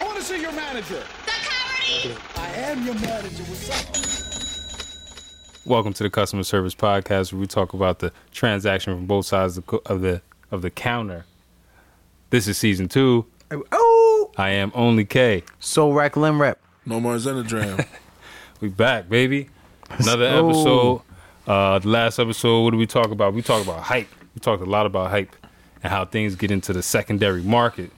Patricia, your manager. The comedy. I am your manager. What's up? Welcome to the customer service podcast, where we talk about the transaction from both sides of the co- of the, of the counter. This is season two. Oh, I am only K. so rack limb rep. No more Xenodram. We back, baby. Another go. episode. Uh, the last episode, what did we talk about? We talked about hype. We talked a lot about hype and how things get into the secondary market.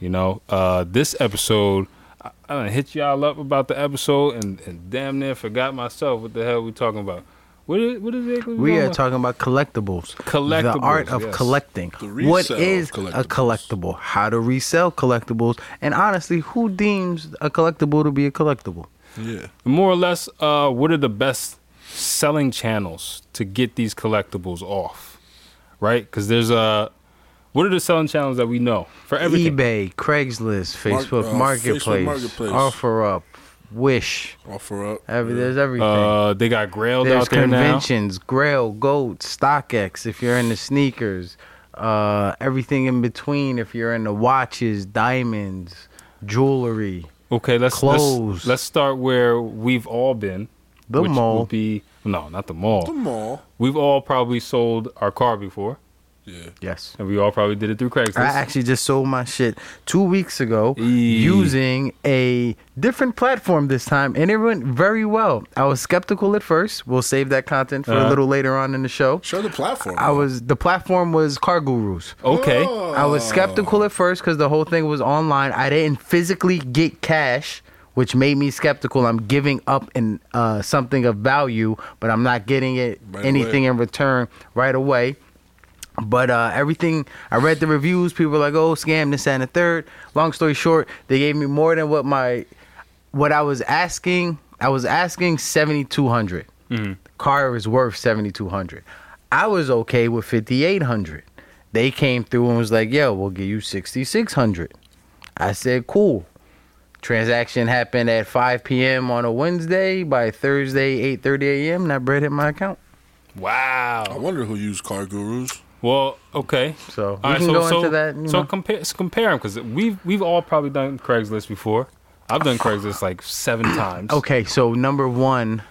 You know, uh, this episode, I, I done hit y'all up about the episode and, and damn near forgot myself what the hell we talking about. What is, what is it? we We are about? talking about collectibles. The Collectibles, art of yes. collecting. resale What is collectibles. a collectible? How to resell collectibles? And honestly, who deems a collectible to be a collectible? yeah. more or less uh, what are the best selling channels to get these collectibles off right because there's uh, what are the selling channels that we know for everything eBay, Craigslist, Mark- Facebook, uh, Marketplace, Facebook Marketplace. OfferUp, Wish. Offer up. Every, there's everything. uh, they got grailed there's out there now conventions, Grail, Gold, StockX. If you're into sneakers, uh, everything in between. If you're into watches, diamonds, jewelry. okay let's, let's Clothes. let's start where we've all been The which mall. would be no not the mall The mall. we've all probably sold our car before Yeah. Yes. and we all probably did it through I craigslist actually just sold my shit two weeks ago Eee. using a different platform this time, and it went very well. I was skeptical at first. We'll save that content for Uh-huh. a little later on in the show. Show the platform. I was the platform was Car Gurus. okay I was skeptical at first because the whole thing was online. I didn't physically get cash, which made me skeptical. I'm giving up in uh, something of value, but I'm not getting it Right anything in return right away. But uh, everything I read the reviews, people were like, "Oh, scam this that, and the third. Long story short, they gave me more than what my what I was asking. I was asking seventy two hundred. Car is worth seventy two hundred. I was okay with fifty eight hundred. They came through and was like, "Yo, we'll give you sixty six hundred. I said, "Cool." Transaction happened at five p.m. on a Wednesday. By Thursday, eight thirty a.m., that bread hit my account. I wow wonder who used car gurus. well okay So we All right, can so, go so, into that. you so know. compare compare them because we've we've all probably done Craigslist before. I've done Craigslist like seven times. Okay, so number one.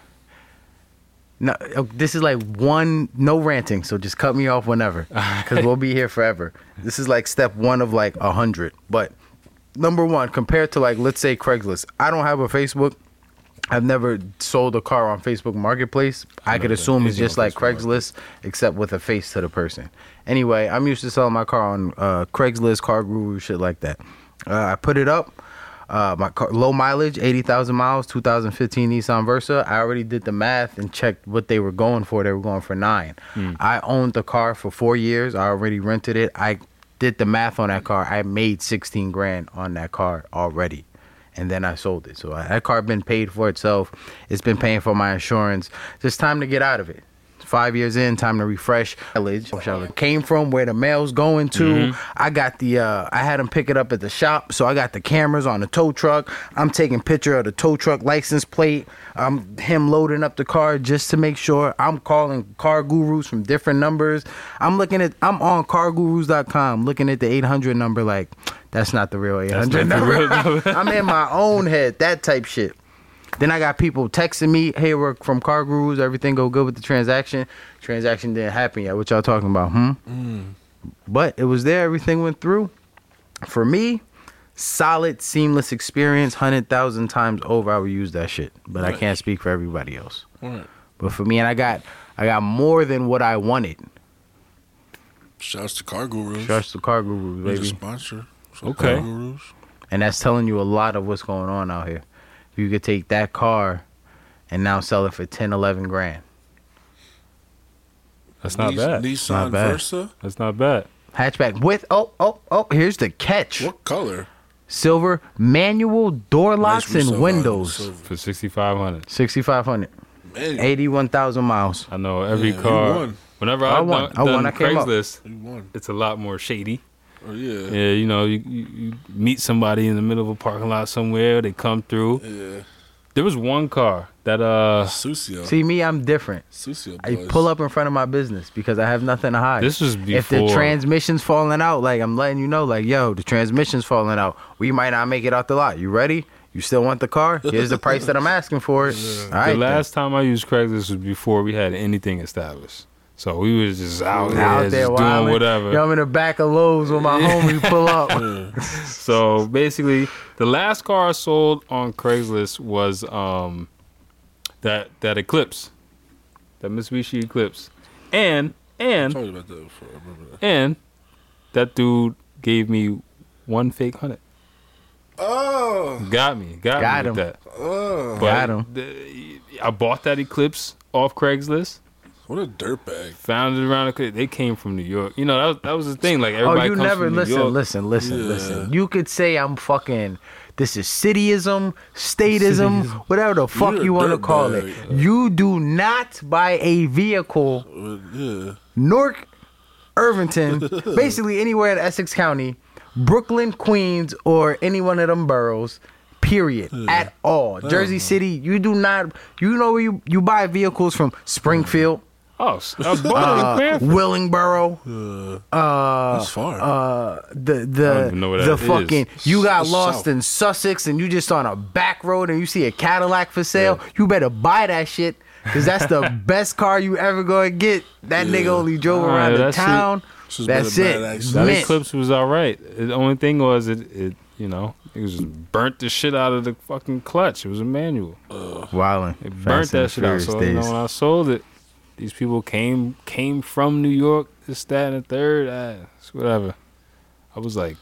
No, oh, this is like one no ranting. So just cut me off whenever, because we'll be here forever. This is like step one of like a hundred. But number one, compared to like let's say Craigslist, I don't have a Facebook. I've never sold a car on Facebook Marketplace. I could done assume it's anything just on like Facebook Marketplace. Craigslist, except with a face to the person. Anyway, I'm used to selling my car on uh, Craigslist, Car Guru, shit like that. Uh, I put it up. Uh, my car, low mileage, 80,000 miles, 2015 Nissan Versa. I already did the math and checked what they were going for. They were going for nine. Hmm. I owned the car for four years. I already rented it. I did the math on that car. I made 16 grand on that car already and then I sold it. So I- that car been paid for itself. It's been paying for my insurance. Just time to get out of it. Five years in, time to refresh. Mileage, which I came from, where the mail's going to. I got the, uh, I had them pick it up at the shop, so I got the cameras on the tow truck. I'm taking picture of the tow truck license plate. I'm him loading up the car just to make sure. I'm calling car gurus from different numbers. I'm looking at, I'm on cargurus.com, looking at the 800 number, like that's not the real 800 not the number. real number. I'm in my own head, that type shit. Then I got people texting me, hey, we're from Car Gurus, everything go good with the transaction. Transaction didn't happen yet. What y'all talking about, hmm? Mm. But it was there, everything went through. For me, solid, seamless experience, 100,000 times over, I would use that shit. But I can't speak for everybody else. Right. But for me, and I got I got more than what I wanted. Shouts to car gurus. Trust the Car Gurus, He's a baby. sponsor. So Okay. Car gurus. and that's telling you a lot of what's going on out here. If you could take that car and now sell it for 10, 11 grand. that's not Nis- bad. Nissan Not bad. Versa. That's not bad. Hatchback with, oh, oh, oh, here's the catch. What color? Silver manual door locks Nice resale and value, windows. silver. For sixty five hundred. 6,500, Man, 81,000 miles. I know every Yeah, you car. won. Whenever I I've won. done, I won. done I came up. Craigslist, you won. it's a lot more shady. Oh yeah. Yeah, you know, you, you, you meet somebody in the middle of a parking lot somewhere. They come through. Yeah. There was one car that uh Susio. See me, I'm different. Susio. I boys. pull up in front of my business because I have nothing to hide. This was if the before- transmission's falling out, like I'm letting you know, like yo, the transmission's falling out. We might not make it out the lot. You ready? You still want the car? Here's the price that I'm asking for it. All right. the then. last time I used Craigslist was before we had anything established. So we was just out, out there, there just wilding. doing whatever. Yo, I'm in the back of Lowe's with my homie pull up. Oh, So basically, the last car I sold on Craigslist was um that that Eclipse, that Mitsubishi Eclipse, and and Told you about that before. I remember that. and that dude gave me one fake hundred. Oh, Got me, got, Got me him. with that. oh. But Got him. the- I bought that Eclipse off Craigslist. What a dirtbag. Found it around the They came from New York. You know that was, that was the thing. Like Oh, everybody you comes never from New listen, York. listen, listen, Yeah. listen. You could say I'm fucking. This is cityism, statism, whatever the fuck You're a you want to call it. dirtbag. You do not buy a vehicle But, yeah. Newark, Irvington, basically anywhere in Essex County, Brooklyn, Queens, or any one of them boroughs. Period. At all. Jersey City, you do not. You know where you you buy vehicles from Springfield, Oh, s- I bought it in uh, Cranford. Willingboro, That's far. uh, the don't the even know where the that is. fucking. You got It's lost south. in Sussex, and you just on a back road, and you see a Cadillac for sale. You better buy that shit. Cause that's the best car you ever gonna get. That nigga Yeah. only drove All around right, the that's it. town. This is That's better than it. that, actually. That Mint. eclipse was all right. The only thing was it, it you know, it was just burnt the shit out of the fucking clutch. It was a manual. Wildin'. It burnt that shit out. So you know, when I sold it, these people came came from New York, this, that, and the third. Uh, it's whatever. I was like,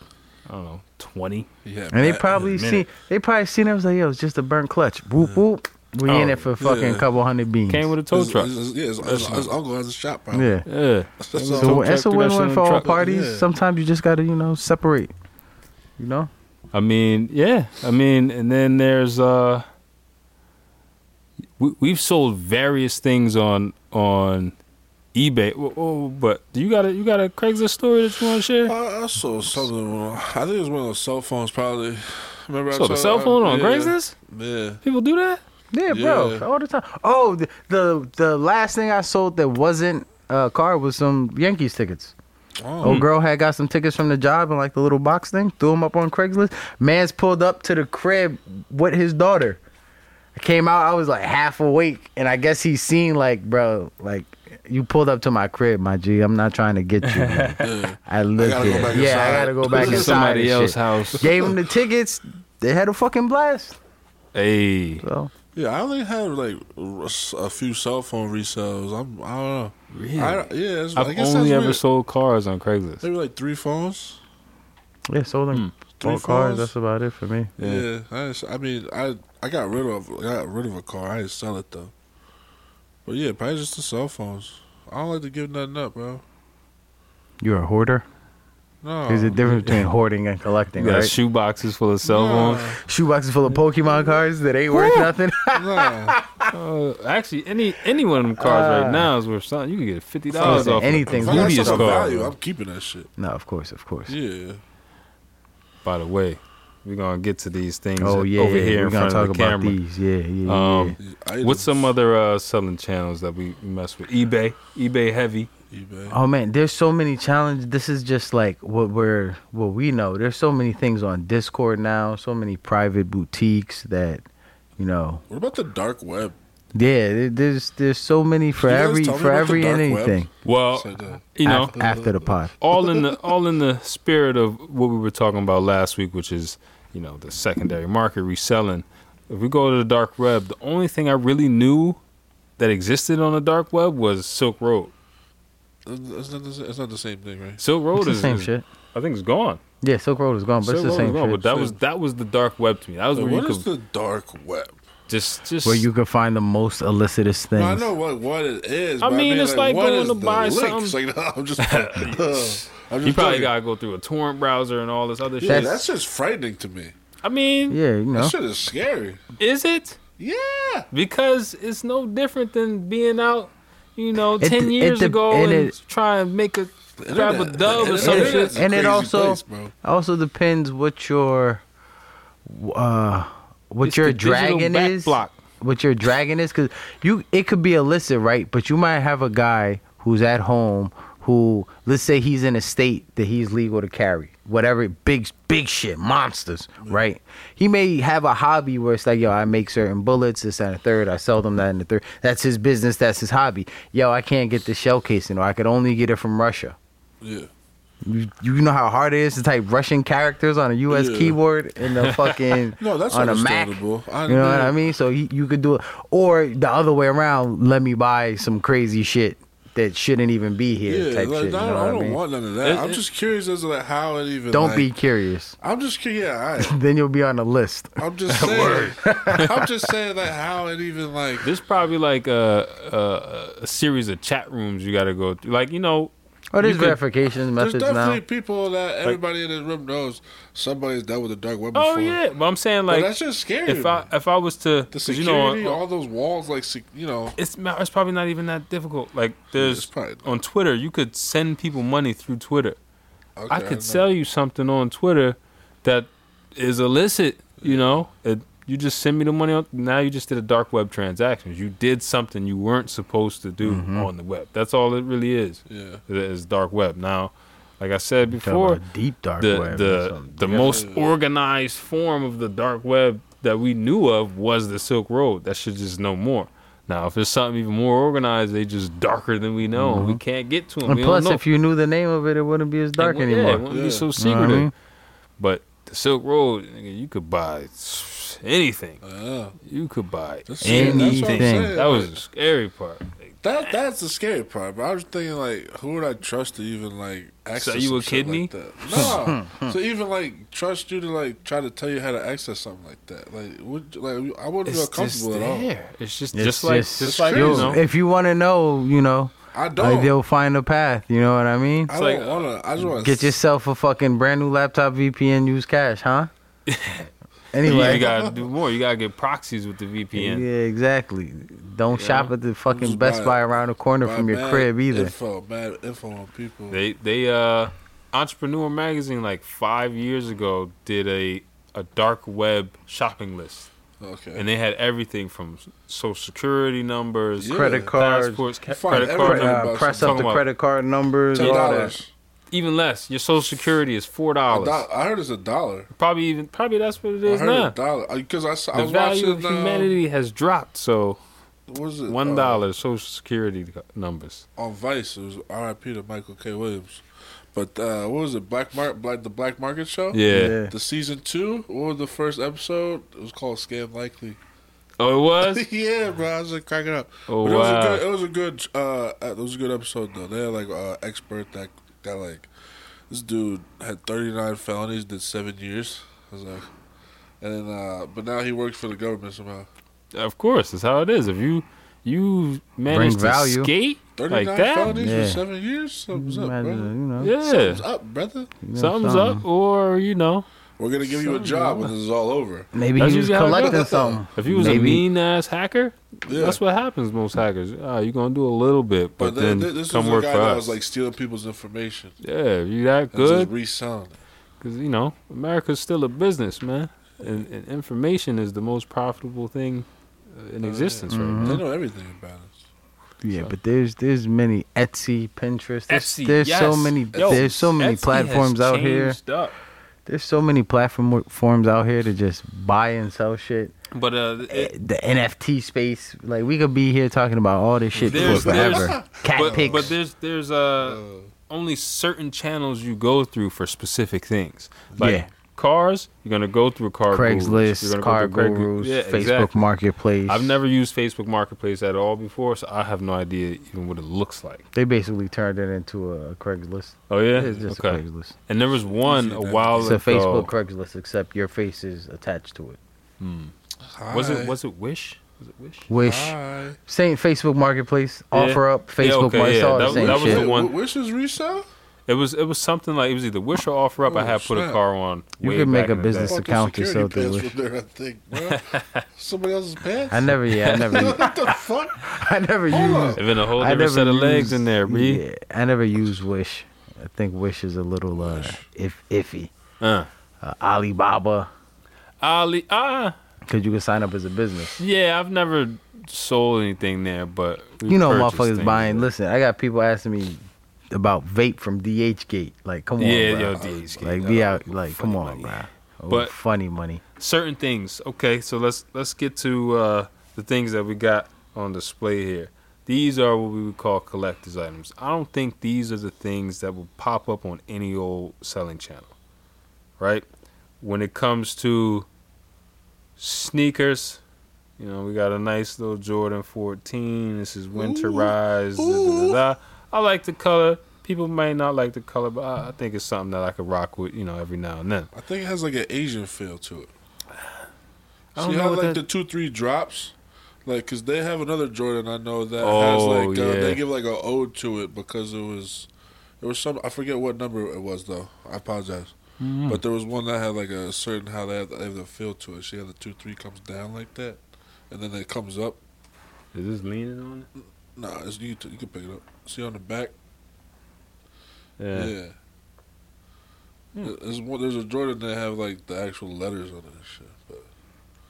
I don't know, twenty. Yeah, and they Matt- probably minute. seen they probably seen it was like, yo, it's just a burnt clutch. Whoop whoop. We in Oh, it for fucking yeah. couple hundred beans. Came with a tow It's- truck. it's- it's- Yeah, it's- it's- it's uncle has a shop. bro. yeah. Yeah. That's So- all. tow So that's a truck, threw that win shit win in for the all truck. parties. Yeah. Sometimes you just gotta, you know, separate. You know? I mean, yeah. I mean, and then there's uh we we've sold various things on on eBay. Oh, oh, but do you got a you got a Craigslist story that you want to share? Uh, I, I saw something. On, I think it was one of those cell phones, probably. Remember, I So the told- cell phone on uh, yeah, Craigslist? Yeah, People do that? Yeah, bro. Yeah. All the time. Oh, the, the the last thing I sold that wasn't a car was some Yankees tickets. oh, Old girl had got some tickets from the job and like the little box thing, threw them up on Craigslist. Man's pulled up to the crib with his daughter. I came out, I was like half awake, and I guess he seen like, bro, like you pulled up to my crib, my G. I'm not trying to get you. man." yeah. I looked gotta go at back it. Yeah, I inside. gotta go back inside. Somebody and else's shit. house. Gave him the tickets. They had a fucking blast. Hey, So yeah. I only have like r- s- a few cell phone resales. I'm, I don't know. really? I, I've don't- yeah, it's, I guess only that's ever weird. sold cars on Craigslist. maybe like three phones. yeah, sold Hmm. them Three four cars. phones? That's about it for me. Yeah, I, didn't s- I mean, I I got rid of I got rid of a car. I didn't sell it though. But yeah, probably just the cell phones. I don't like to give nothing up, bro. You're a hoarder. No, There's a difference between hoarding and collecting, You got right? shoe boxes full of cell Nah. phones. Shoeboxes full of Pokemon cards that ain't worth nothing. nah. Uh, actually, any any one of them cars right now is worth something. You can get fifty dollars Uh, Listen, off anything. If A I got Rudius something of car. value, I'm keeping that shit. No, of course, of course. Yeah. By the way, we're gonna get to these things Oh yeah, over here we're in gonna front talk of the about camera. these. Yeah, yeah. Um, Items. What's some other uh, selling channels that we mess with? eBay, eBay heavy. eBay? yeah. Oh man, there's so many challenges. This is just like what we're what we know. There's so many things on Discord now. So many private boutiques that, you know, What about the dark web? yeah. there- There's there's so many Can for you guys every tell me for about the every and dark web? anything. Well, So the- you know, Af- after the pod. all in the all in the spirit of what we were talking about last week, which is you know the secondary market reselling. If we go to the dark web, the only thing I really knew that existed on the dark web was Silk Road. It's not, the, sa- it's not the same thing, right? Silk Road It's the is same is- shit. I think it's gone. Yeah, Silk Road is gone, but Silk it's Road the is same gone, shit. but that was that was the dark web to me. That was Like, where what you is could the dark web? just just Where you can find the most illicitous things. No, I know what, what it is. I but mean, it's like what going is to the buy links? something- Like, no, I'm just, I'm just you probably joking. gotta go through a torrent browser and all this other Yeah, shit. That's- that's just frightening to me. I mean, Yeah, you know. That shit is scary. is it? Yeah. Because it's no different than being out, you know, It- ten it years de- ago and and, it- try and make a grab a Internet- dove or internet- some internet's shit. a And it crazy also- place, bro. Also depends what your uh what It's your the digital dragon back is block. what your dragon is because you it could be illicit right but you might have a guy who's at home who let's say he's in a state that he's legal to carry whatever big big shit monsters right he may have a hobby where it's like yo i make certain bullets this that, and the third i sell them that and the third that's his business that's his hobby yo i can't get the shell casing or i could only get it from russia Yeah. you, you know how hard it is to type Russian characters on a U.S. Yeah. keyboard and the fucking No, that's on a Mac. understandable. I you know what know. I mean? So you, you could do it, or the other way around. Let me buy some crazy shit that shouldn't even be here. Yeah, type like, shit. I, you know I what don't I mean? want none of that. It- I'm it- just curious as to like how it even. don't like- be curious. I'm just curious. Yeah, all right. Then you'll be on the list. I'm just saying. I'm just saying like how it even like. There's probably like a, a, a series of chat rooms you got to go through. Like you know, Oh, there's You could- verification There's methods definitely now. people that everybody in this room knows somebody's dealt with a dark web before. oh yeah, but I'm saying But like that's just scary. if I if I was to, the 'cause you know, uh, security, all those walls, like sec- you know, it's not- it's probably not even that difficult. Like it's there's probably- on Twitter, you could send people money through Twitter. okay, I know. could sell you something on Twitter that is illicit. You know, it, you just send me the money. On, now you just did a dark web transactions. You did something you weren't supposed to do Mm-hmm. on the web. That's all it really is. Yeah. is dark web. Now, like I said Talking before, about deep dark web the or the something. the Yeah. most organized form of the dark web that we knew of was the Silk Road. That should just no more. Now, if it's something even more organized, they just darker than we know. We can't get to them. Mm-hmm. And we plus, don't know. if you knew the name of it, it wouldn't be as dark It wouldn't- Yeah, it anymore. wouldn't Yeah. be so You know what I secretive. mean? But the Silk Road, nigga, you could buy anything. Yeah. You could buy That's- yeah, anything. that's what I'm Anything. saying. That was the scary part. Like, That that's the scary part. But I was thinking like, who would I trust to even like access? you some a shit kidney? Like that? No. so even like trust you to like try to tell you how to access something like that. Like, would like I wouldn't feel it's just comfortable at all. there. It's just, It's just like, just- just, like, Yo, you You'll- know. If you want to know, you know, I don't. like they'll find a path. You know what I mean? I It's like- don't wanna. I just wanna Get s- yourself a fucking brand new laptop VPN, use cash, huh? You, anyway. you gotta do more. You gotta get proxies with the yeah, VPN. exactly. Don't shop at the fucking Just Best buy- Buy around the corner buy from your mad crib either. Info, bad info on people. They they uh Entrepreneur magazine like five years ago did a a dark web shopping list. okay. And they had everything from social security numbers, Yeah. Credit cards, passports, ca- You find credit everything card about numbers, uh, bucks. press Talking up the about- credit card numbers, Ten all that. dollars. even less. Your social security is four A do- dollars. I heard it's a dollar. Probably even probably that's what it I is heard a now. dollar because I, saw- I The was value of watching. um, humanity has dropped. So what was it one Uh, dollar social security numbers. on Vice. It was R.I.P. to Michael K. Williams. But uh, what was it? Black Mark, Black the Black Market Show. Yeah. Yeah. The season two. What was the first episode? It was called Scam Likely. Oh, it was. yeah, bro. I was like cracking up. Oh but it wow. was a good. It was a good. Uh, it was a good episode though. They had like uh, expert that got like this dude had thirty nine felonies, did seven years. I was like, and then uh, but now he works for the government somehow. Of course, that's how it is. If you you manage to value. skate Thirty like nine that, felonies Yeah. for seven years. Something's up, Imagine, brother. you know, yeah, Something's up, brother. you know, something's something. up. Or you know, We're gonna give you a job when this is all over. Maybe That's he was usually how it collecting goes. something. if you was a Maybe. mean ass hacker, Yeah. that's what happens. Most hackers, uh, you're gonna do a little bit, but, But, then, then th- this come was work a guy for that us. was like stealing people's information. yeah, if you that And good, Just reselling. it. because you know America's still a business, man, and, and information is the most profitable thing uh, in existence Mm-hmm. right Hmm? They now. know everything about us. Yeah, but there's there's many Etsy, Pinterest. There's, Etsy, there's so yes. many Yo, there's so many Etsy has platforms out here. changed up. There's so many platform forms out here to just buy and sell shit. but uh, it- eh, the NFT space. Like we could be here talking about all this shit There's- for forever. there's- Cat but, pics. but there's there's uh, only certain channels you go through for specific things. Like Yeah. cars, you're gonna go through car gurus. You're Craigslist, gonna go car through Craig- gurus, Yeah, Facebook exactly. Marketplace. I've never used Facebook Marketplace at all before, so I have no idea even what it looks like. They basically turned it into a Craigslist. Oh yeah, It's just a okay. Craigslist. And there was one a that. while It's a ago. Facebook Craigslist, except your face is attached to it. was it Hi. was it Wish? Was it Wish? Wish, Hi. same Facebook Marketplace, Ah. Yeah. offer up, Yeah, Facebook. okay, Mar- it's yeah, all the that- same that was shit. the one- Wh- Wishes resell? It was it was something like it was either Wish or Offer Up. I Oh, had put a snap. car on. You way could make back a in the day. business Fucking account to security sell through pants from there, I think, bro. Somebody else's pants? I never, yeah, I never, what the fuck? I never used. And then a whole I different never set of legs used- in there, B. Yeah, I never used Wish. I think Wish is a little uh, if iffy. Uh. Uh, Alibaba. Ali, ah, because you can sign up as a business. Yeah, I've never sold anything there, but we You know, purchased motherfuckers things. buying. Listen, I got people asking me about vape from DH Gate. Like, come on, Yeah, bro. yo, DH Gate, Like, yo, be out. Like, come money. on, bro. Oh, But- funny money. certain things. Okay, so let's let's get to uh, the things that we got on display here. These are what we would call collector's items. I don't think these are the things that will pop up on any old selling channel, right? When it comes to sneakers, you know, we got a nice little Jordan 14. This is winterized. da, da, da, da. I like the color. People may not like the color, but I, I think it's something that I could rock with, you know, every now and then. I think it has like an Asian feel to it. I don't See know how what like that- the two three drops, like because they have another Jordan I know that Oh, has like uh, yeah. they give like an ode to it because it was it was some I forget what number it was though. I apologize, Mm. but there was one that had like a certain how they have, they have the feel to it. She had the two three comes down like that, and then it comes up. Is this leaning on it? Nah, it's you. T- you can pick it up. See on the back. Yeah. Yeah. There's, one, there's a Jordan that have like the actual letters on it and shit. But,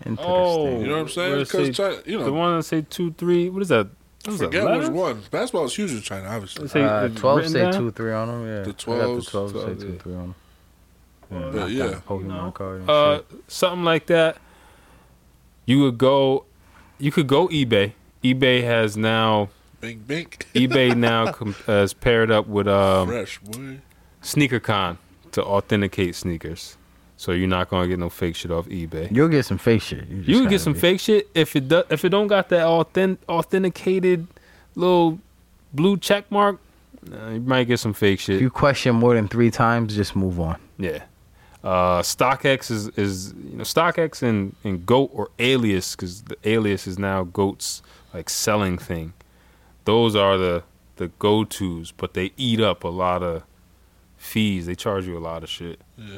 Interesting. Oh, you know what I'm saying? Where it say- Because China, you know, The one that say two three. What is that? What is that, Forget which letters? one. Basketball is huge in China, obviously. Let's say Uh, it's 12 written say down? 2 3 on them, yeah. I got twelves, the 12, twelves, say yeah. 2 3 on them. But yeah. Pokemon No. card and Uh, shit. something like that. You would go. You could go eBay. eBay has now. Bink, bink. eBay now com- has paired up with um, Fresh, boy. SneakerCon to authenticate sneakers. So you're not gonna get no fake shit off eBay. You'll get some fake shit. just You can gotta get some be- fake shit if it do, if it don't got that authentic, authenticated little blue check mark. nah, you might get some fake If shit. you question more than three times, just move on. yeah. Uh, StockX is is you know StockX and and Goat or Alias because the Alias is now Goat's like selling thing. Those are the the go tos, but they eat up a lot of fees. They charge you a lot of shit. Yeah.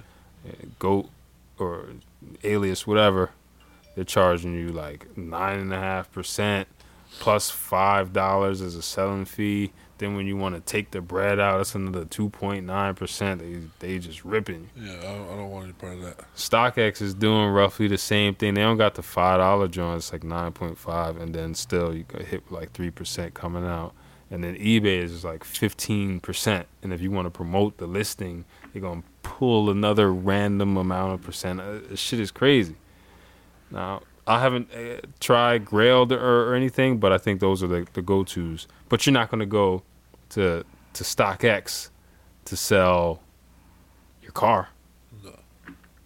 Goat or Alias, whatever, they're charging you like nine and a half percent plus five dollars as a selling fee. Then when you want to take the bread out, that's another two point nine percent. They they just ripping. Yeah, I don't, I don't want any part of that. StockX is doing roughly the same thing. They don't got the five dollar joint. It's like nine point five, and then still you got hit with like three percent coming out. And then eBay is like fifteen percent. And if you want to promote the listing, you're gonna pull another random amount of percent. Uh, this shit is crazy. Now I haven't uh, tried Grailed or, or anything, but I think those are the, the go tos. But you're not gonna go to to StockX to sell your car. No.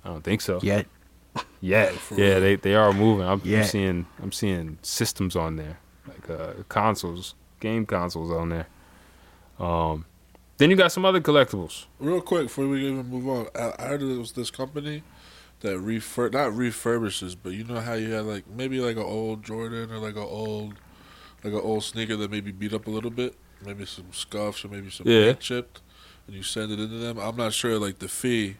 I don't think so. Yet. Yeah, for yeah, real. they they are moving. I'm, Yeah. I'm seeing I'm seeing systems on there, like uh, consoles, game consoles on there. Um, then you got some other collectibles. Real quick, before we even move on, I, I heard it was this company that refur not refurbishes, but you know how you had like maybe like an old Jordan or like an old like an old sneaker that maybe beat up a little bit, maybe some scuffs or maybe some Yeah. paint chipped, and you send it into them. I'm not sure like the fee,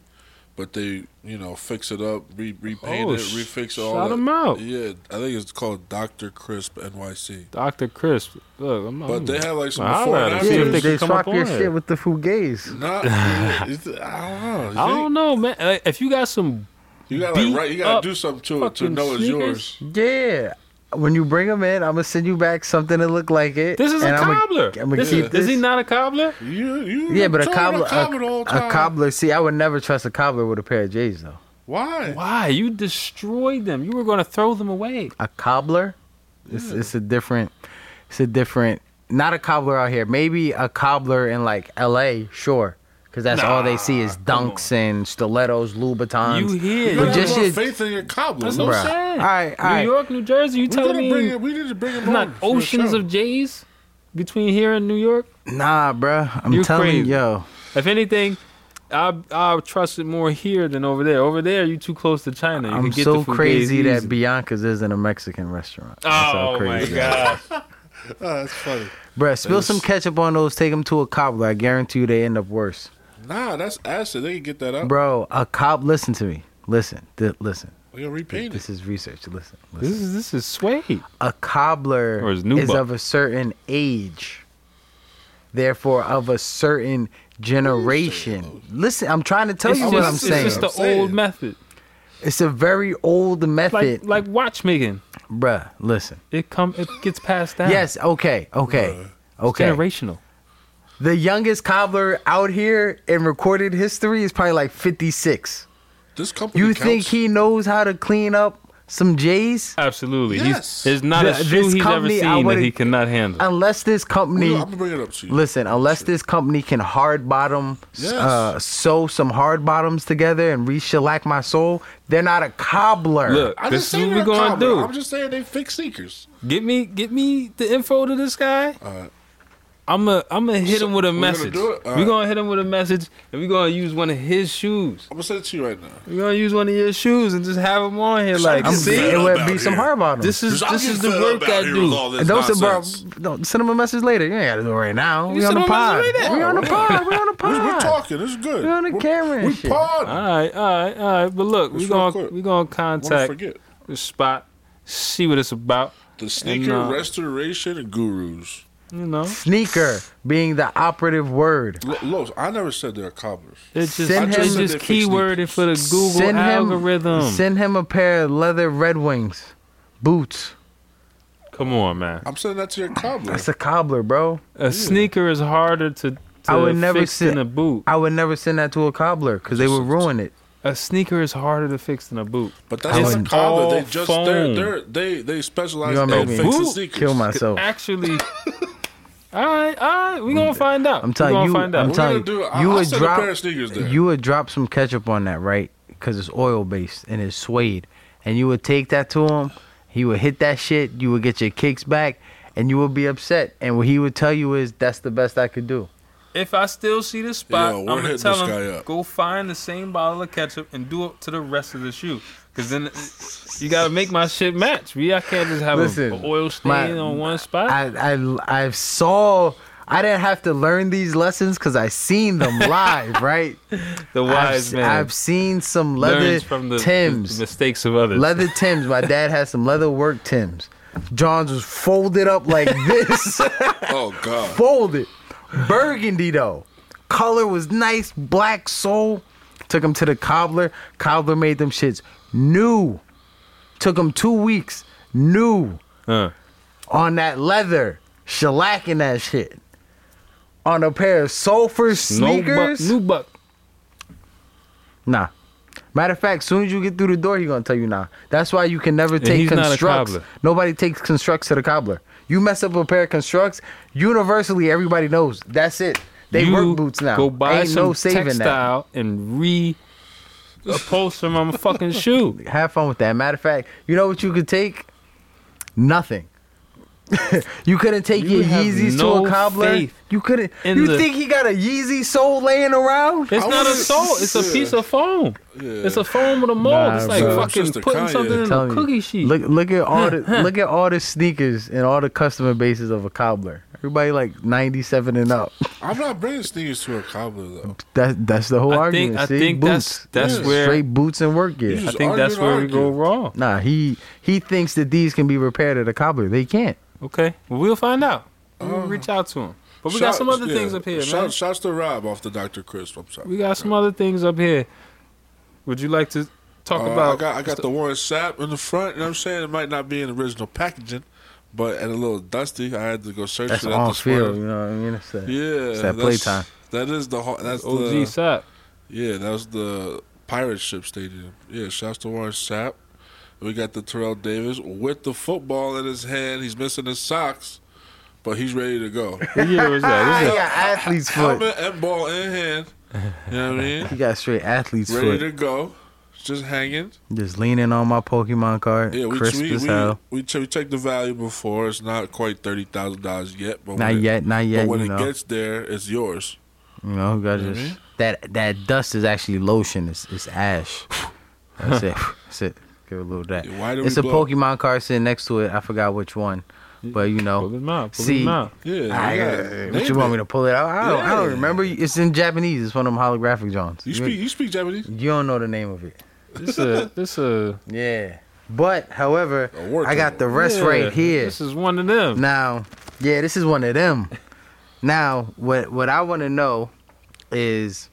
but they you know fix it up, re- repaint Oh, it, sh- refix all. shout that. 'em out. Yeah, I think it's called Doctor Crisp NYC. Doctor Crisp, look, I'm, But I'm- they have like some I'll before and let 'em see after. if they can they come swap up your on it. shit with the fugays. Not, it's- I don't know. I don't know, man. Like, if you got some You gotta like, beat right. You gotta up do something to it to fucking know it's sneakers, yours. Yeah. When you bring them in, I'm gonna send you back something that look like it. this is a and I'ma- cobbler. I'ma This- keep Is he this. not a cobbler? You, you. Yeah, but a trying to cobbler, a, the whole a time. cobbler. See, I would never trust a cobbler with a pair of J's though. Why? Why you destroyed them? You were going to throw them away. a cobbler. It's it's a different it's a different not a cobbler out here. Maybe a cobbler in like LA, sure. Cause that's all they see is dunks and stilettos, Louboutins. You here? You But gotta just have more your- faith in your cobbler. That's We're what Bruh. I'm saying. All right, all right. New York, New Jersey. You gonna telling me bring it. We need to bring him It's not on for a oceans show. of J's between here and New York. Nah, bruh. I'm You telling crazy. you, yo. If anything, I I trust it more here than over there. Over there, you too close to China. You I'm can get so the Fugazi crazy that easy. Bianca's isn't a Mexican restaurant. That's how Oh my crazy I am. god! Oh, that's funny. Bruh, spill some ketchup on those, take them to a cobbler. I guarantee you they end up worse. Nah, that's acid. They can get Oh. that up. Bro, a cob listen to me. Listen, th- listen. We gonna repaint it. This is research. Listen, listen. this is this is suede. a cobbler Or his is new buck. of a certain age, therefore of a certain generation. Listen, I'm trying to tell It's you just, what I'm it's saying. just the I'm saying. old method. It's a very old method, Like like watchmaking. bruh. Listen. It come it gets passed down. Yes. Okay. Okay. Okay. Generational. The youngest cobbler out here in recorded history is probably like 56. This company. You counts. think he knows how to clean up some J's? Absolutely. Yes. He's there's not a Th- shoe this he's ever company, I seen that wouldn't- he cannot handle. Unless this company, Well, I'm gonna bring it up to you. listen, unless this company can hard bottom, Yes. uh, sew some hard bottoms together and re shellac my soul, they're not a cobbler. Look, I this just is what saying we're we're gonna do. I'm just saying they fix sneakers. Get me, get me the info to this guy. right. I'm gonna, I'm gonna hit So, him with a we're gonna message. do it? All we're right. gonna hit him with a message, and we're gonna use one of his shoes. I'm gonna send it to you right now. We're gonna use one of your shoes and just have him on here. Like, I'm, See? it Out would be some here. hard bottoms. this is, this is the work I do. This Don't, send- bro, nonsense. don't send him a message later. You ain't got to do it right now. We on, send the him a pod. message right now. we on the pod. We on the pod. We're, we're talking. This is good. We're on the camera and We shit. pod. All right, all right, all right. But look, Let's we're real gonna, quick. we're gonna Wanna contact forget the spot, see what it's about. the sneaker uh, restoration gurus. You know, Sneaker being the operative word. L- Los, I never said they're cobblers. it's just, Send it's him- just keyworded for the Google send him algorithm. Send him a pair of leather Red Wings boots. Come on, man. I'm sending that to your cobbler. That's a cobbler, bro. A sneaker is harder to. To I would never fix sit- than a boot. I would never send that to a cobbler because they would ruin it. A sneaker is harder to fix than a boot. But I that's not a wouldn't- cobbler. They All just foam. they're, they're, they they You specialize gonna in make me fixing Woo! sneakers. kill myself? Actually, all right, all right, we gonna find out. I'm telling we gonna you, find out. I'm We're telling gonna you, do it. I- you I'll would send a drop pair of sneakers there. you would drop some ketchup on that, right? Because it's oil based and it's suede, and you would take that to him. He would hit that shit. You would get your kicks back, and you would be upset. And what he would tell you is, "That's the best I could do." if I still see the spot, Yo, I'm we're gonna hitting tell this him guy up. go find the same bottle of ketchup and do it to the rest of the shoe. Cause then you gotta make my shit match. We I can't just have a- Listen, a, oil stain my- on one spot. I I I saw. I didn't have to learn these lessons because I seen them live, right? the I've, wise s- man I've seen some leather learns from the, Tims. the mistakes of others. leather Tims. My dad had some leather work Tims. John's was folded up like this, Oh God! folded. Burgundy though, color was nice, black sole. Took him to the cobbler. Cobbler made them shits new. Took him two weeks new Uh, on that leather, shellacking that shit. On a pair of sulfur no buck, sneakers. new buck. Nah. Matter of fact, soon as you get through the door, he gonna tell you nah. That's why you can never take he's not a constructs. cobbler. Nobody takes constructs to the cobbler. You mess up a pair of constructs, universally everybody knows. That's it. They you work boots now. Go buy Ain't some no saving that. textile and re upholster my fucking shoe. Have fun with that. Matter of fact, you know what you could take? Nothing. you couldn't take You your have Yeezys no to a cobbler. faith You couldn't. in You the- think he got a Yeezy soul laying around? It's I not a was- sole. It's a piece of foam. It's a foam with a mold. Nah, it's like bro. fucking Sister putting Kanye. something in Tell a me. cookie sheet. Look, look at all the look at all the sneakers and all the customer bases of a cobbler. Everybody like ninety seven and up. I'm not bringing sneakers to a cobbler though. That that's the whole I argument. think- I See? think boots. that's- that's Yeah. where- straight boots and work gear. You I just think that's arguing, where we go arguing. wrong. nah, he he thinks that these can be repaired at a cobbler. They can't. Okay, well, we'll find out. We'll reach out to him. But we got Uh, Shout- some other yeah, things up here, shout- man. Shouts to Rob off the Dr. Chris. I'm sorry. We got some other things up here. Would you like to talk Uh, about? I got I got the Warren Sapp in the front. You know what I'm saying? It might not be in the original packaging, but and a little dusty. I had to go search That's for that on this field. You morning. know what I mean? It's that, Yeah, it's that that's- playtime. That is the ho- that's OG the Sap. yeah that was the pirate ship stadium. Yeah, shouts to Warren Sapp. We got the Terrell Davis with the football in his hand. He's missing his socks, but he's ready to go. What year was He that? This is- got athlete's foot. Helmet and ball in hand. You know what I mean? He got straight athlete's Ready to foot. go. Just hanging. Just leaning on my Pokemon card. Yeah, we crisp we, as we, hell. we, che- we checked the value before. It's not quite thirty thousand dollars yet, but Not when yet, not It, yet. but when you it know. gets there, it's yours. You know, you gotta just that that dust is actually lotion. It's it's ash. That's it. That's it. Give it a little that. Yeah, why do it's we a blow? Pokemon card sitting next to it. I forgot which one, but you know. Pull his mouth. Pull See, his mouth. Yeah, you I, gotta uh, name what you want it. me to pull it out? I don't, I don't Yeah. remember. It's in Japanese. It's one of them holographic Johns. You speak you speak Japanese? You don't know the name of it. This a this a Yeah. But however, A war I got table. the rest yeah, right here. This is one of them. Now, yeah, this is one of them. Now, what what I want to know is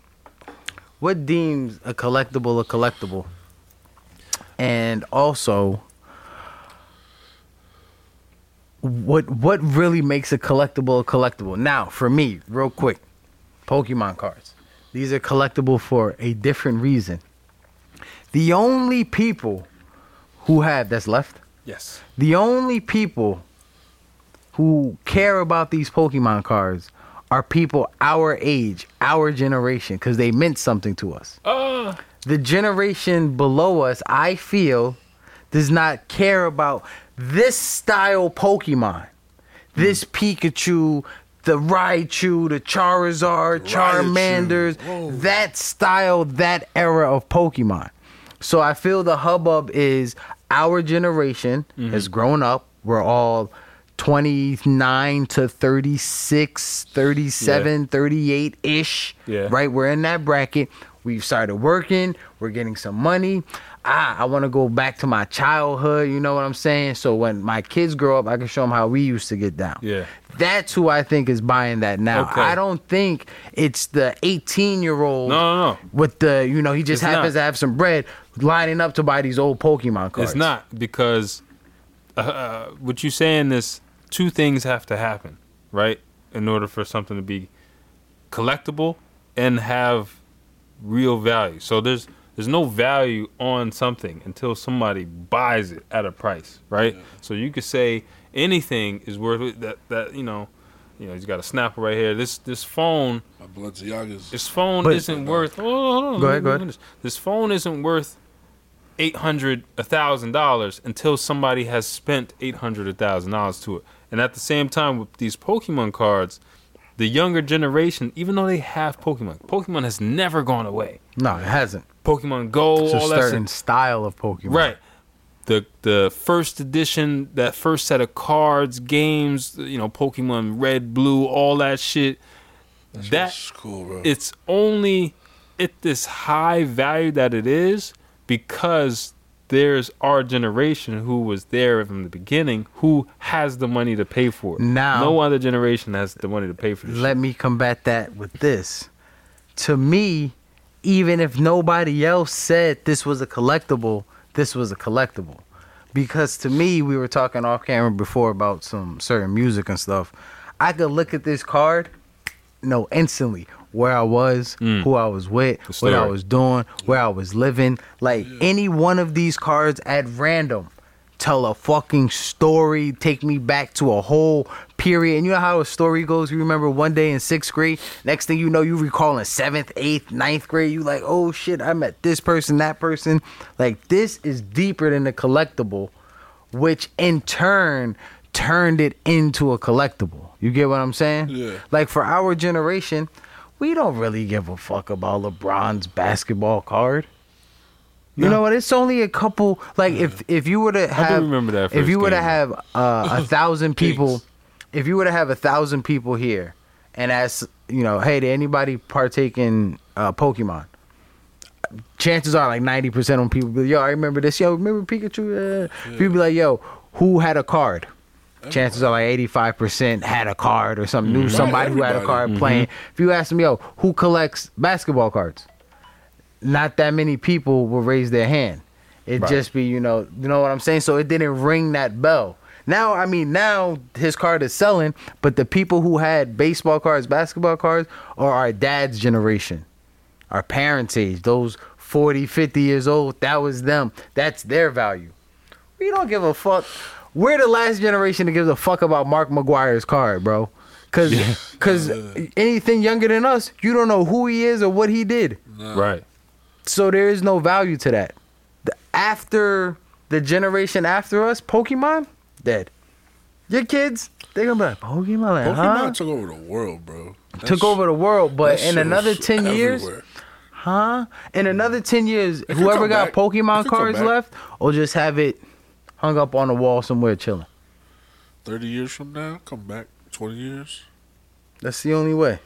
what deems a collectible a collectible? and also what what really makes a collectible a collectible now for me real quick pokemon cards these are collectible for a different reason the only people who have that's left Yes. the only people who care about these pokemon cards are people our age our generation because they meant something to us Uh, the generation below us, I feel, does not care about this style Pokemon. This Pikachu, the Raichu, the Charizard, Charmanders, that style, that era of Pokemon. So I feel the hubbub is our generation has grown up. We're all 29 to 36, 37, 38 ish. Yeah. Right? We're in that bracket. We've started working. We're getting some money. Ah, I want to go back to my childhood. You know what I'm saying? So when my kids grow up, I can show them how we used to get down. Yeah. That's who I think is buying that now. Okay. I don't think it's the 18 year old no, no, no. with the, you know, he just It's happens not. to have some bread lining up to buy these old Pokemon cards. It's not because uh, uh, what you saying is two things have to happen, right? In order for something to be collectible and have real value. So there's there's no value on something until somebody buys it at a price, right? So you could say anything is worth it, that that you know, you know, he's got a snapper right here. This this phone My Balenciagas. this phone But- isn't worth. Oh, hold on, Go let ahead, me go ahead. finish. This phone isn't worth eight hundred, a thousand dollars until somebody has spent eight hundred, a thousand dollars to it. And at the same time, with these Pokemon cards, the younger generation, even though they have Pokemon, Pokemon has never gone away. No, it hasn't. Pokemon Go, It's a all that. certain Stuff, style of Pokemon. right. The the first edition, that first set of cards, games, you know, Pokemon Red, Blue, all that shit. That That's cool, bro. it's only at this high value that it is because there's our generation who was there from the beginning who has the money to pay for it. Now- no other generation has the money to pay for this. shit. let me combat that with this. To me, even if nobody else said this was a collectible, this was a collectible. Because to me, we were talking off camera before about some certain music and stuff. I could look at this card, know instantly where I was, who I was with, Mm. The what I story. was doing, where I was living. Like any one of these cards at random tell a fucking story, take me back to a whole period. And you know how a story goes? You remember one day in sixth grade, next thing you know, you recalling seventh, eighth, ninth grade. You like, oh shit, I met this person, that person. Like this is deeper than the collectible, which in turn turned it into a collectible. You get what I'm saying? Yeah. Like for our generation, we don't really give a fuck about LeBron's basketball card. You know what? It's only a couple. Like if if you were to have, remember that if first you were to game. have uh, a thousand people, Kings. if you were to have a thousand people here, and ask you know, hey, did anybody partake in uh, Pokemon? Chances are like ninety percent of people, be like, yo, I remember this. Yo, remember Pikachu? Uh, People be like, yo, who had a card? Chances are like eighty-five percent had a card or something. Knew somebody who had a everybody. card playing. If you ask them, yo, who collects basketball cards? not that many people will raise their hand. It Right. just be, you know, you know what I'm saying? So it didn't ring that bell. Now, I mean, now his card is selling, but the people who had baseball cards, basketball cards are our dad's generation, our parents' age, those 40, 50 years old. That was them. That's their value. We don't give a fuck. We're the last generation that gives a fuck about Mark McGuire's card, bro. Cause, cause anything younger than us, you don't know who he is or what he did. Right. So there is no value to that. The, after the generation after us, Pokemon dead. Your kids, they're gonna be like Pokemon, like, Pokemon huh? took over the world, bro. That Uh-huh. Took shit- over the world, that but shit in was another ten years, everywhere. huh? In another ten years, could whoever come got back. It Pokemon could come cards back. left, will just have it hung up on the wall somewhere chilling. thirty years from now, come back twenty years, That's the only way.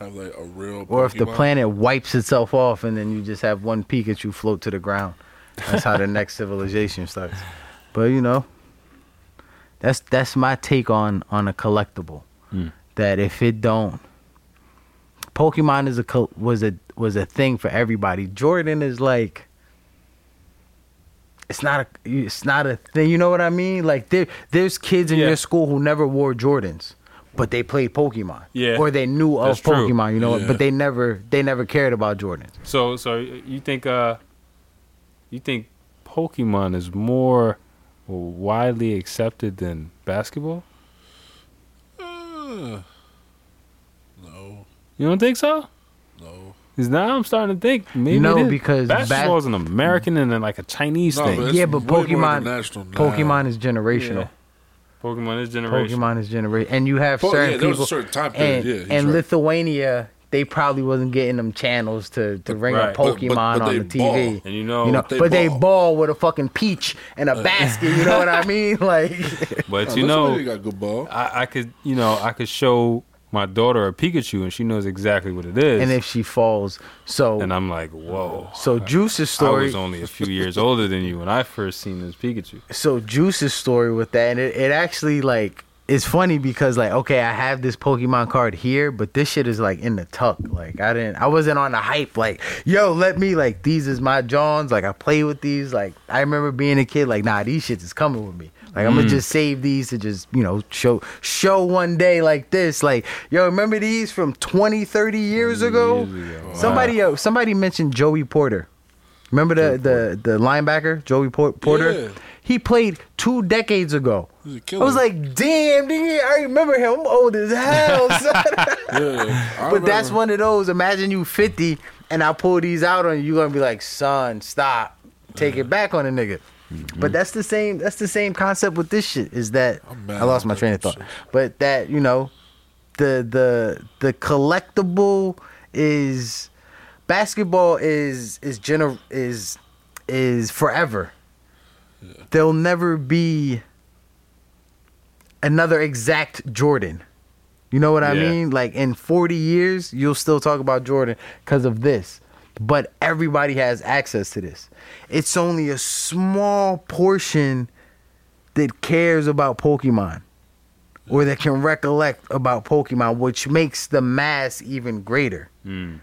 have like a real. Or if the Pokemon. planet wipes itself off, and then you just have one Pikachu float to the ground. That's how the next civilization starts. But you know, that's that's my take on on a collectible. Hmm. That if it don't, Pokemon is a col- was a was a thing for everybody. Jordan is like it's not a it's not a thing. You know what I mean? Like there there's kids in Yeah. your school who never wore Jordans, but they played Pokemon. Yeah. Or they knew That's of true. Pokemon. Uh, You know, Yeah. but they never they never cared about Jordans. So so you think uh you think Pokemon is more widely accepted than basketball? Uh, no, You don't think so? no. 'Cause now I'm starting to think maybe No, it is. because bas- basketball is an American and then like a Chinese No, thing. but It's yeah, but way more Pokemon international now. Pokemon is generational. Yeah. Pokemon is generation. Pokemon is generation, and you have Po- certain yeah, there was people. a certain time and period. yeah, he's and right. Lithuania, they probably wasn't getting them channels to, to ring right. up But- but- Pokemon but on they the TV. ball. And you know, you know, but they but they ball. Uh, ball with a fucking peach and a basket. You know what I mean? Like, but Oh, you know, Lithuania got good ball. I, I could you know I could show my daughter a Pikachu and she knows exactly what it is. and And, if she falls, so I'm like, whoa. so Juice's I story. was only a few years older than you when I first seen this Pikachu. so Juice's story with that, and it, it actually like it's funny because like okay, I have this Pokemon card here, but this shit is like in the tuck. Like I didn't, I wasn't on the hype. Like yo, let me like these is my Johns. Like I play with these. Like I remember being a kid. Like nah, these shits is coming with me. Like I'm Mm. gonna just save these to just you know show show one day like this. Like yo, remember these from 20, 30 years ago? Years ago. Somebody uh, somebody mentioned Joey Porter. Remember the the, the linebacker Joey Por- Porter? Yeah. He played two decades ago. He's a I killer. was like, damn, nigga, I remember him. I'm old as hell, son. yeah, I but that's remember- one of those. Imagine you 50 and I pull these out on you. You're gonna be like, son, stop, take it back on the nigga. Mm-hmm. But that's the same. That's the same concept with this shit. Is that I'm mad I lost at my that train of thought. shit. But that you know, the the the collectible is basketball is is gener is is forever. There'll never be another exact Jordan. You know what I Yeah. mean? Like in 40 years, you'll still talk about Jordan because of this. But everybody has access to this. It's only a small portion that cares about Pokemon or that can recollect about Pokemon, which makes the mass even greater. Hmm.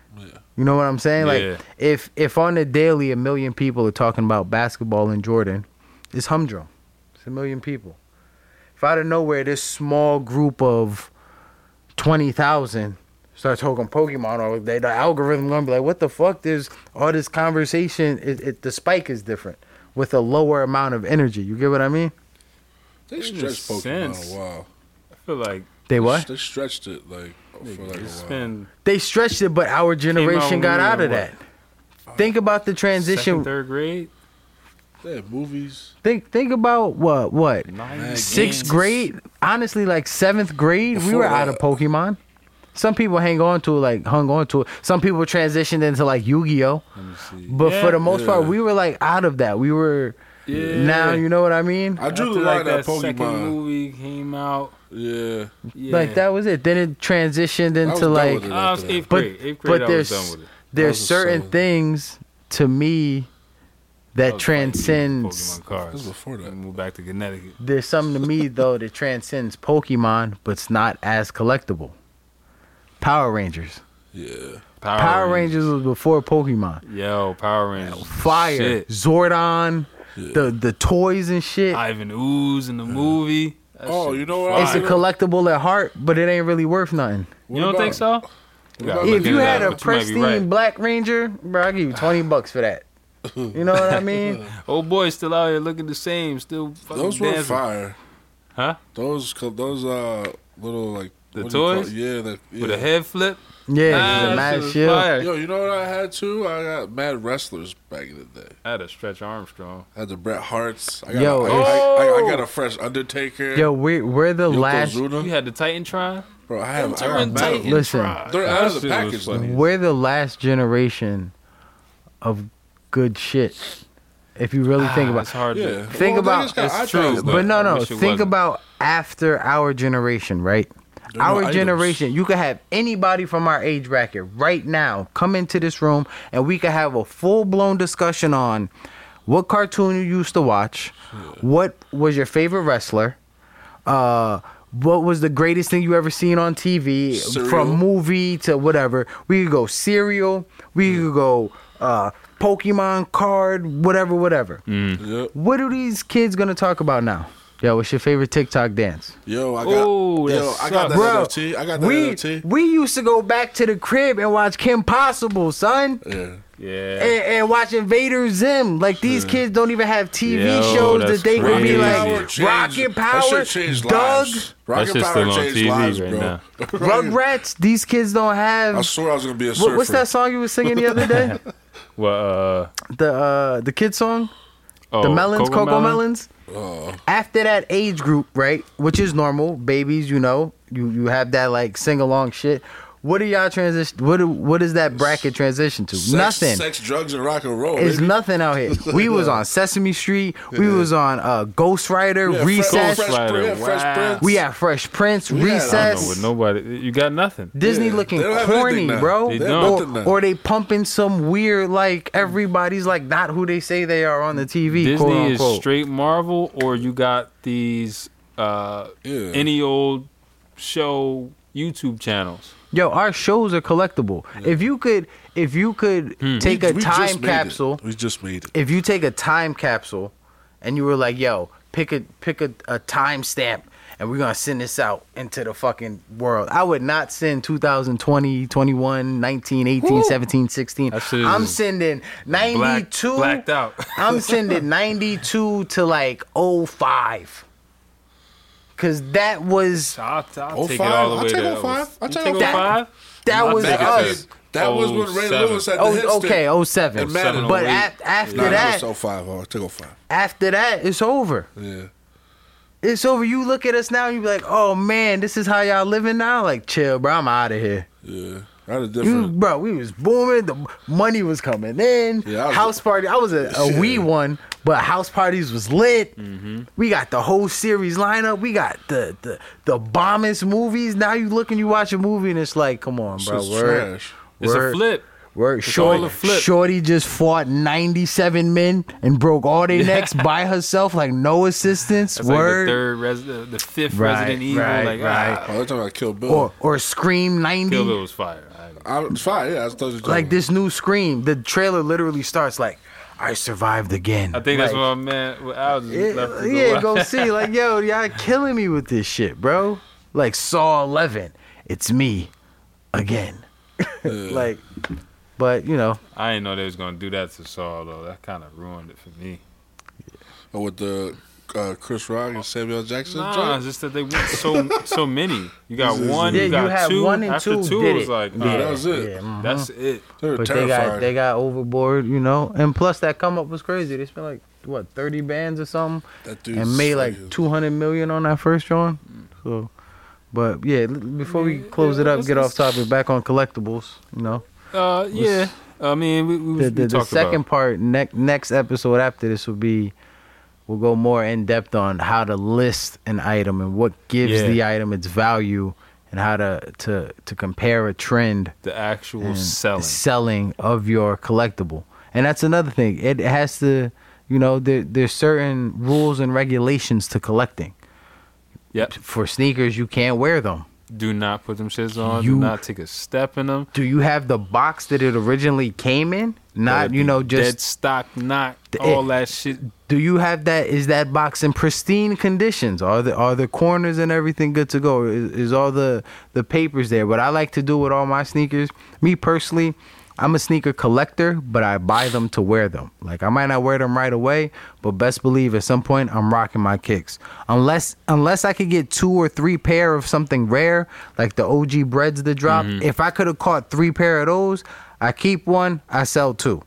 You know what I'm saying? Like Yeah. if if on the daily a million people are talking about basketball in Jordan, it's humdrum. It's a million people. If out of nowhere this small group of twenty thousand start talking Pokemon, or they, the algorithm gonna be like, "What the fuck?" There's all this conversation. It, it the spike is different with a lower amount of energy. You get what I mean? They It stretched makes Pokemon sense. a while. I feel like They what? They stretched it like for like a it's while. been They stretched it, but our generation when got we were out of what? that. Think about the second, transition. third grade. They had movies. Think think about what what Nine. sixth grade, honestly, like seventh grade, we Before were out of that. Pokemon. Some people hang on to it, like hung on to it. Some people transitioned into like Yu-Gi-Oh. But Yeah. for the most part, Yeah. we were like out of that. We were Yeah. now, you know what I mean? I drew After, the like line that at second Pokemon. movie came out. Yeah, Yeah. Like that was it. Then it transitioned was into done like with it. I was eighth But- grade. eighth but grade, I was there's- done with it. there's was a certain solid- things to me that, I was transcends. Pokemon cards. This was before that. We moved back to Connecticut. There's something to me though that transcends Pokemon, but it's not as collectible. Power Rangers. yeah. Power, Power Rangers was before Pokemon. Yo, Power Rangers. was fire Shit. Zordon, the the toys and shit. Ivan Ooze in the movie. That Oh, shit you know was what? fire. it's a collectible at heart, but it ain't really worth nothing. You don't think so? You gotta about- look if you into had that, but a you might be pristine right. Black Ranger, bro, I give you twenty bucks for that. You know what I mean? Old boy still out here looking the same, still fucking Those were dancing. fire. Huh? Those co- those uh little like The what do you call- toys? Yeah, the, yeah. With a head flip. Yeah, the Ah, that shit mad was shield. fire. Yo, you know what I had too? I got mad wrestlers back in the day. I had a Stretch Armstrong. I had the Bret Harts. I got, Yo, I, it's- I, I, I got Oh! a fresh Undertaker. Yo, we we're the last Yokozuna. You had the Titantron. Bro, I have, I have Titantron. metal. Listen. They're out of the That shit was package, though. funny. we're the last generation of good shit. If you really think Ah, about It's hard. to- Yeah. Well, Think they about- just got It's iPads true, now. But no, I no. wish it Think wasn't. about after our generation, right? There are no Our items. generation, you could have anybody from our age bracket right now come into this room and we could have a full blown discussion on what cartoon you used to watch, what was your favorite wrestler, uh, what was the greatest thing you ever seen on TV, Cereal. from movie to whatever. We could go serial, we could go uh, Pokemon card, whatever, whatever. Yep. What are these kids gonna talk about now? Yo, what's your favorite TikTok dance? Yo, I got. Ooh, that yo, I got that sucks. NFT. I got that We NFT. we used to go back to the crib and watch Kim Possible, son. Yeah. Yeah. And, and watch Invader Zim. Like these kids don't even have TV Yo, shows that's that they can crazy. be Power like Rocket changed- Power, That shit changed Doug, lives. Rocket shit's Power still on changed TV lives, right bro. now. Rugrats. These kids don't have. I swore I was gonna be a What- surfer. what's that song you was singing the other day? Well, uh, the uh, the kid song, oh, the melons, cocoa melons. Oh, After that age group, right, which is normal, babies, you know, you you have that like sing along shit. What are y'all transition? What do- what is that bracket transition to? sex, Nothing. Sex, drugs, and rock and roll. It's baby. uh, nothing out here. We was on Sesame Street. We was on uh, Ghost Rider, Yeah, Fre- oh, Recess. Fresh, Slider, Prince, Fresh wow. Prince. We had Fresh Prince, We had- I Recess. don't know what nobody. You got nothing. Disney Yeah, looking they don't have corny, anything now. bro. They don't. Or, or they pumping some weird like everybody's like not who they say they are on the TV. quote Disney is unquote. straight Marvel, or you got these uh, Yeah. any old show YouTube channels. Yo, our shows are collectible. If you could, if you could take a Hmm. We just time made it. capsule, We just made it. if you take a time capsule, and you were like, "Yo, pick a pick a, a time stamp, and we're gonna send this out into the fucking world," I would not send 2020, 21, 19, 18, 17, 16. That shit is I'm sending 92. blacked out. I'm sending 92 to like 05. Cause that was I'll, oh I'll take it 05. all the I'll way take to 05. I'll You take take 05. 05? That I'll was take it to us. That was when Ray 07. Lewis had the hit oh, stick. okay 07. It mattered. But 07, af- after Nah, that, it was 05. Oh, I took 05. after that, it's over. Yeah. It's over. You look at us now, and you be like, "Oh man, this is how y'all living now." Like, chill, bro. I'm out of here. Yeah. I had a You, different. bro, we was booming. The money was coming in. Yeah, I was- house party. I was a, a wee Yeah. one, but house parties was lit. Mm-hmm. We got the whole series lineup. We got the the the bombest movies. Now you look and you watch a movie, and it's like, come on, bro. shit's Word, trash. It's a word, flip. Word. all Shorty, a flip. Shorty just fought 97 men and broke all their necks by herself, like no assistance. That's like the Word. third, res- the, the fifth Right, Resident Evil. right, like, right. Oh, they're talking about Kill Bill. or or Scream Ah, 90. Kill Bill was fire. I- I, it's fine. Yeah, I thought you like this new Scream. The trailer literally starts like, "I survived again." I think that's Like, what I meant. Well, I was just left Yeah, to yeah, go go see. Like, yo, y'all killing me with this shit, bro. Like Saw 11. It's me again. like, but you know, I didn't know they was gonna do that to Saul though. That kind of ruined it for me. Oh, with the uh, Chris Rock and Samuel Jackson. Nah, joint? it's just that they went so so many. You got This is- one, yeah, you you, got had two. one and After two. two, did it was it. like, yeah, nah, that was it. yeah, mhm. that's it. They were But they terrifying. got they got overboard, you know. And plus that come up was crazy. They spent like what thirty bands or something, That dude's and made like crazy. two hundred million on that first drawing. Mm. So, but yeah, l- before we close it up, let's- get off let's- topic, back on collectibles. You know, Uh, yeah. I mean, we, we, the, we the, the talked second about. part next next episode after this will be. We'll go more in depth on how to list an item and what gives Yeah. the item its value, and how to to to compare a trend the actual and selling. selling of your collectible. And that's another thing. It has to, you know, there, there's certain rules and regulations to collecting. Yep. For sneakers, you can't wear them. Do not put them shits on. You- Do not take a step in them. Do you have the box that it originally came in? Not, you know, dead just stock, not The- eh. all that shit. do you have that? Is that box in pristine conditions? Are the are the corners and everything good to go? Is, is all the the papers there? What I like to do with all my sneakers, me personally, I'm a sneaker collector, but I buy them to wear them. Like I might not wear them right away, but best believe at some point I'm rocking my kicks. Unless unless I could get two or three pair of something rare, like the OG breads that drop. If I could have caught three pair of those, I keep one, I sell two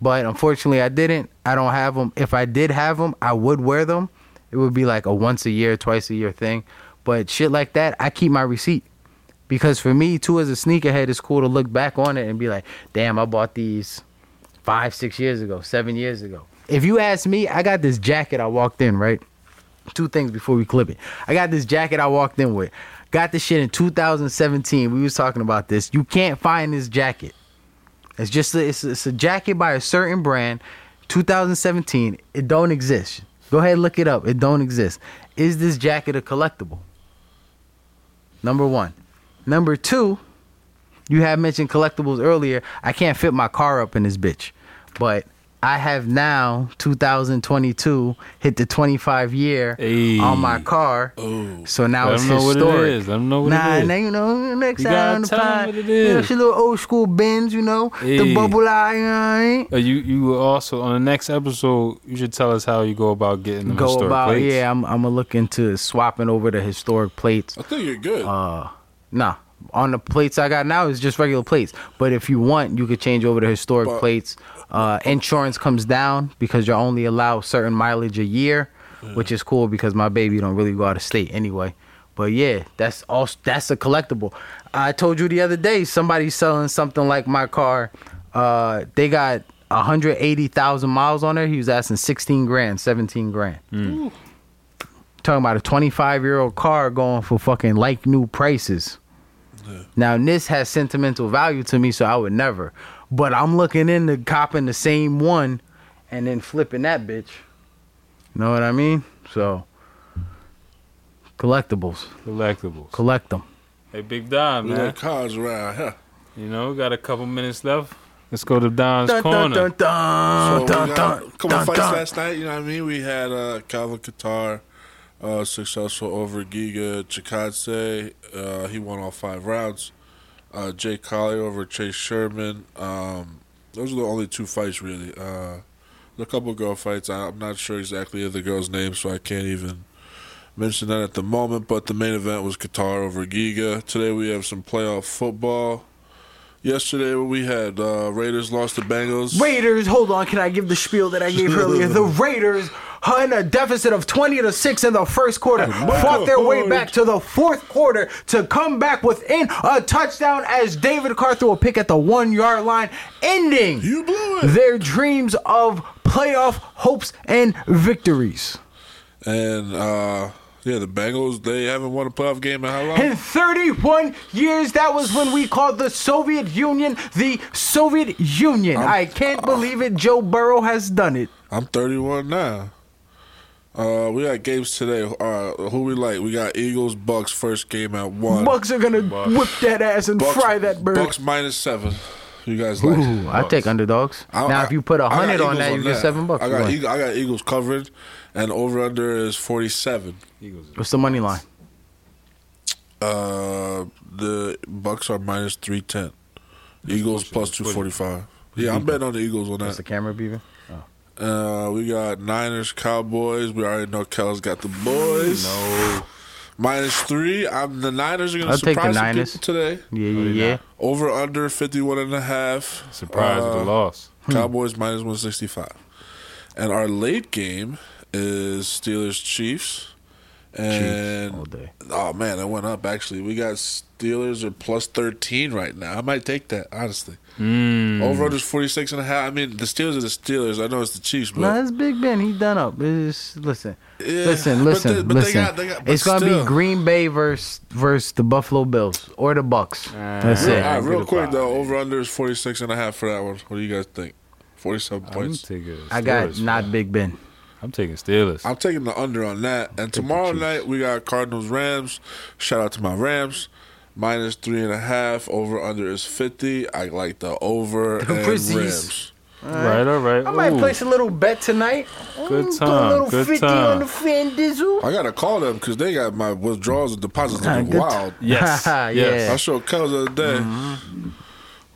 but unfortunately I didn't. I don't have them. If I did have them, I would wear them. It would be like a once a year, twice a year thing. But shit like that, I keep my receipt because for me too, as a sneakerhead, it's cool to look back on it and be like, damn, I bought these five, six years ago, seven years ago. If you ask me, I got this jacket I walked in right. Two things before we clip it. I got this jacket I walked in with. Got this shit in 2017. We was talking about this. You can't find this jacket. It's just a, it's, it's a jacket by a certain brand, 2017. It don't exist. Go ahead, look it up. It don't exist. Is this jacket a collectible? Number one. Number two, you had mentioned collectibles earlier. I can't fit my car up in this bitch. But I have now 2022 hit the 25 year Hey. on my car. Oh. So now Let it's them know what it historic. is. Let them know what it nah, is. Nah, you know next You gotta time on the tell 'em pod, what it you know, is. she little old school bins, you know, Hey. the bubble eye, you know what I mean? Uh, you you will also on the next episode you should tell us how you go about getting the Go historic about, plates. yeah. I'm, I'm gonna look into swapping over the historic plates. I think you're good. Uh, nah. On the plates I got now is just regular plates. But if you want, you could change over to historic But- plates. Uh, insurance comes down because you're only allowed certain mileage a year, which is cool because my baby don't really go out of state anyway. But yeah, that's all. That's a collectible. I told you the other day somebody's selling something like my car. Uh, they got 180,000 miles on it. He was asking 16 grand, 17 grand talking about a 25 year old car going for fucking like new prices. Now this has sentimental value to me, so I would never. But I'm looking into copping the same one, and then flipping that bitch. Know what I mean? So collectibles, collectibles. collect them. hey, big Don, we man. got cars around here. You know, we got a couple minutes left. Let's go to Don's Dun, dun, corner. dun, So dun, we dun, got dun, a couple dun, fights dun. last night. You know what I mean? We had uh, Calvin Qatar uh, successful over Giga Chikadze. Uh, he won all five rounds. Uh, Jake Collier over Chase Sherman. Um, those are the only two fights really. Uh, a couple girl fights. I, I'm not sure exactly of the girls' names, so I can't even mention that at the moment. But the main event was Qatar over Giga. Today we have some playoff football. Yesterday we had uh, Raiders lost to Bengals. Raiders, hold on, can I give the spiel that I gave earlier? The Raiders are in a deficit of 20 to 6 in the first quarter, fought their way back to the fourth quarter to come back within a touchdown as David Carr threw a pick at the one yard line, ending You blew it. their dreams of playoff hopes and victories. And uh yeah, the Bengals they haven't won a playoff game in how long? In 31 years, that was when we called the Soviet Union the Soviet Union. I can't believe it. Joe Burrow has done it. I'm 31 now. Uh, we got games today. Uh, who we like? We got Eagles, Bucks first game at one. Bucks are gonna whip that ass and Bucks- fry that bird. Bucks minus seven. You guys like? Ooh, I take underdogs. I- now, I- if you put a I got hundred on Eagles that, you get seven bucks. I got, What? Eagle, I got Eagles covered, and over under is 47. What's the money line? Uh, the Bucks are minus 310. Eagles plus 245. Yeah, I'm betting on the Eagles on that. What's the camera beaver? Uh, we got Niners, Cowboys. We already know Kel's got the boys. "Oh, No. Minus three. I'm, the Niners are going I'll to take the surprise some Niners. people today. Yeah, yeah, yeah. Over under 51 and a half. Surprise at Uh, the loss. Cowboys minus 165. And our late game is Steelers, Chiefs. And all day. oh man, that went up actually. We got Steelers are plus 13 right now. I might take that, honestly. Mm. Over under is 46 and a half. I mean, the Steelers are the Steelers. I know it's the Chiefs, but No, it's Big Ben. He done up. It's, listen, Yeah, listen, but listen, they- but they listen. got- they got- but it's gonna still. be Green Bay versus versus the Buffalo Bills or the Bucks. That's Real, it. all right, real Good quick five. though, over under is 46 and a half for that one. What do you guys think? 47 I'm points. taking Steelers. I got not man. Big Ben. I'm taking Steelers. I'm taking the under on that. And tomorrow Chiefs. night we got Cardinals Rams. Shout out to my Rams. Minus three and a half. Over under is 50. I like the over and Grizzlies. Rams. right, all right. I might Ooh. place a little bet tonight. Good Mm, Put a time, little good fifty time. on the fan diesel. I gotta call them because they got my withdrawals and deposits Ah, looking good. wild. Yes. Yeah. I yes. showed Kels the other day.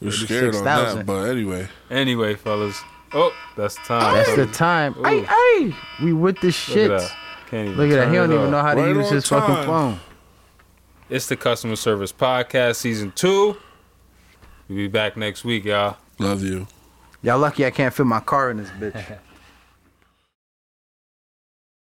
We're scared on that, 86,000. but anyway. Anyway, fellas. Oh, that's time. That's Look the at time. Ooh. Hey, hey, we with the shit. that. Can't even Look at that. He turn don't it even up. know how to Right use on his time. fucking phone. It's the Customer Service Podcast, Season 2. We'll be back next week, y'all. Love you. Y'all lucky I can't fit my car in this bitch.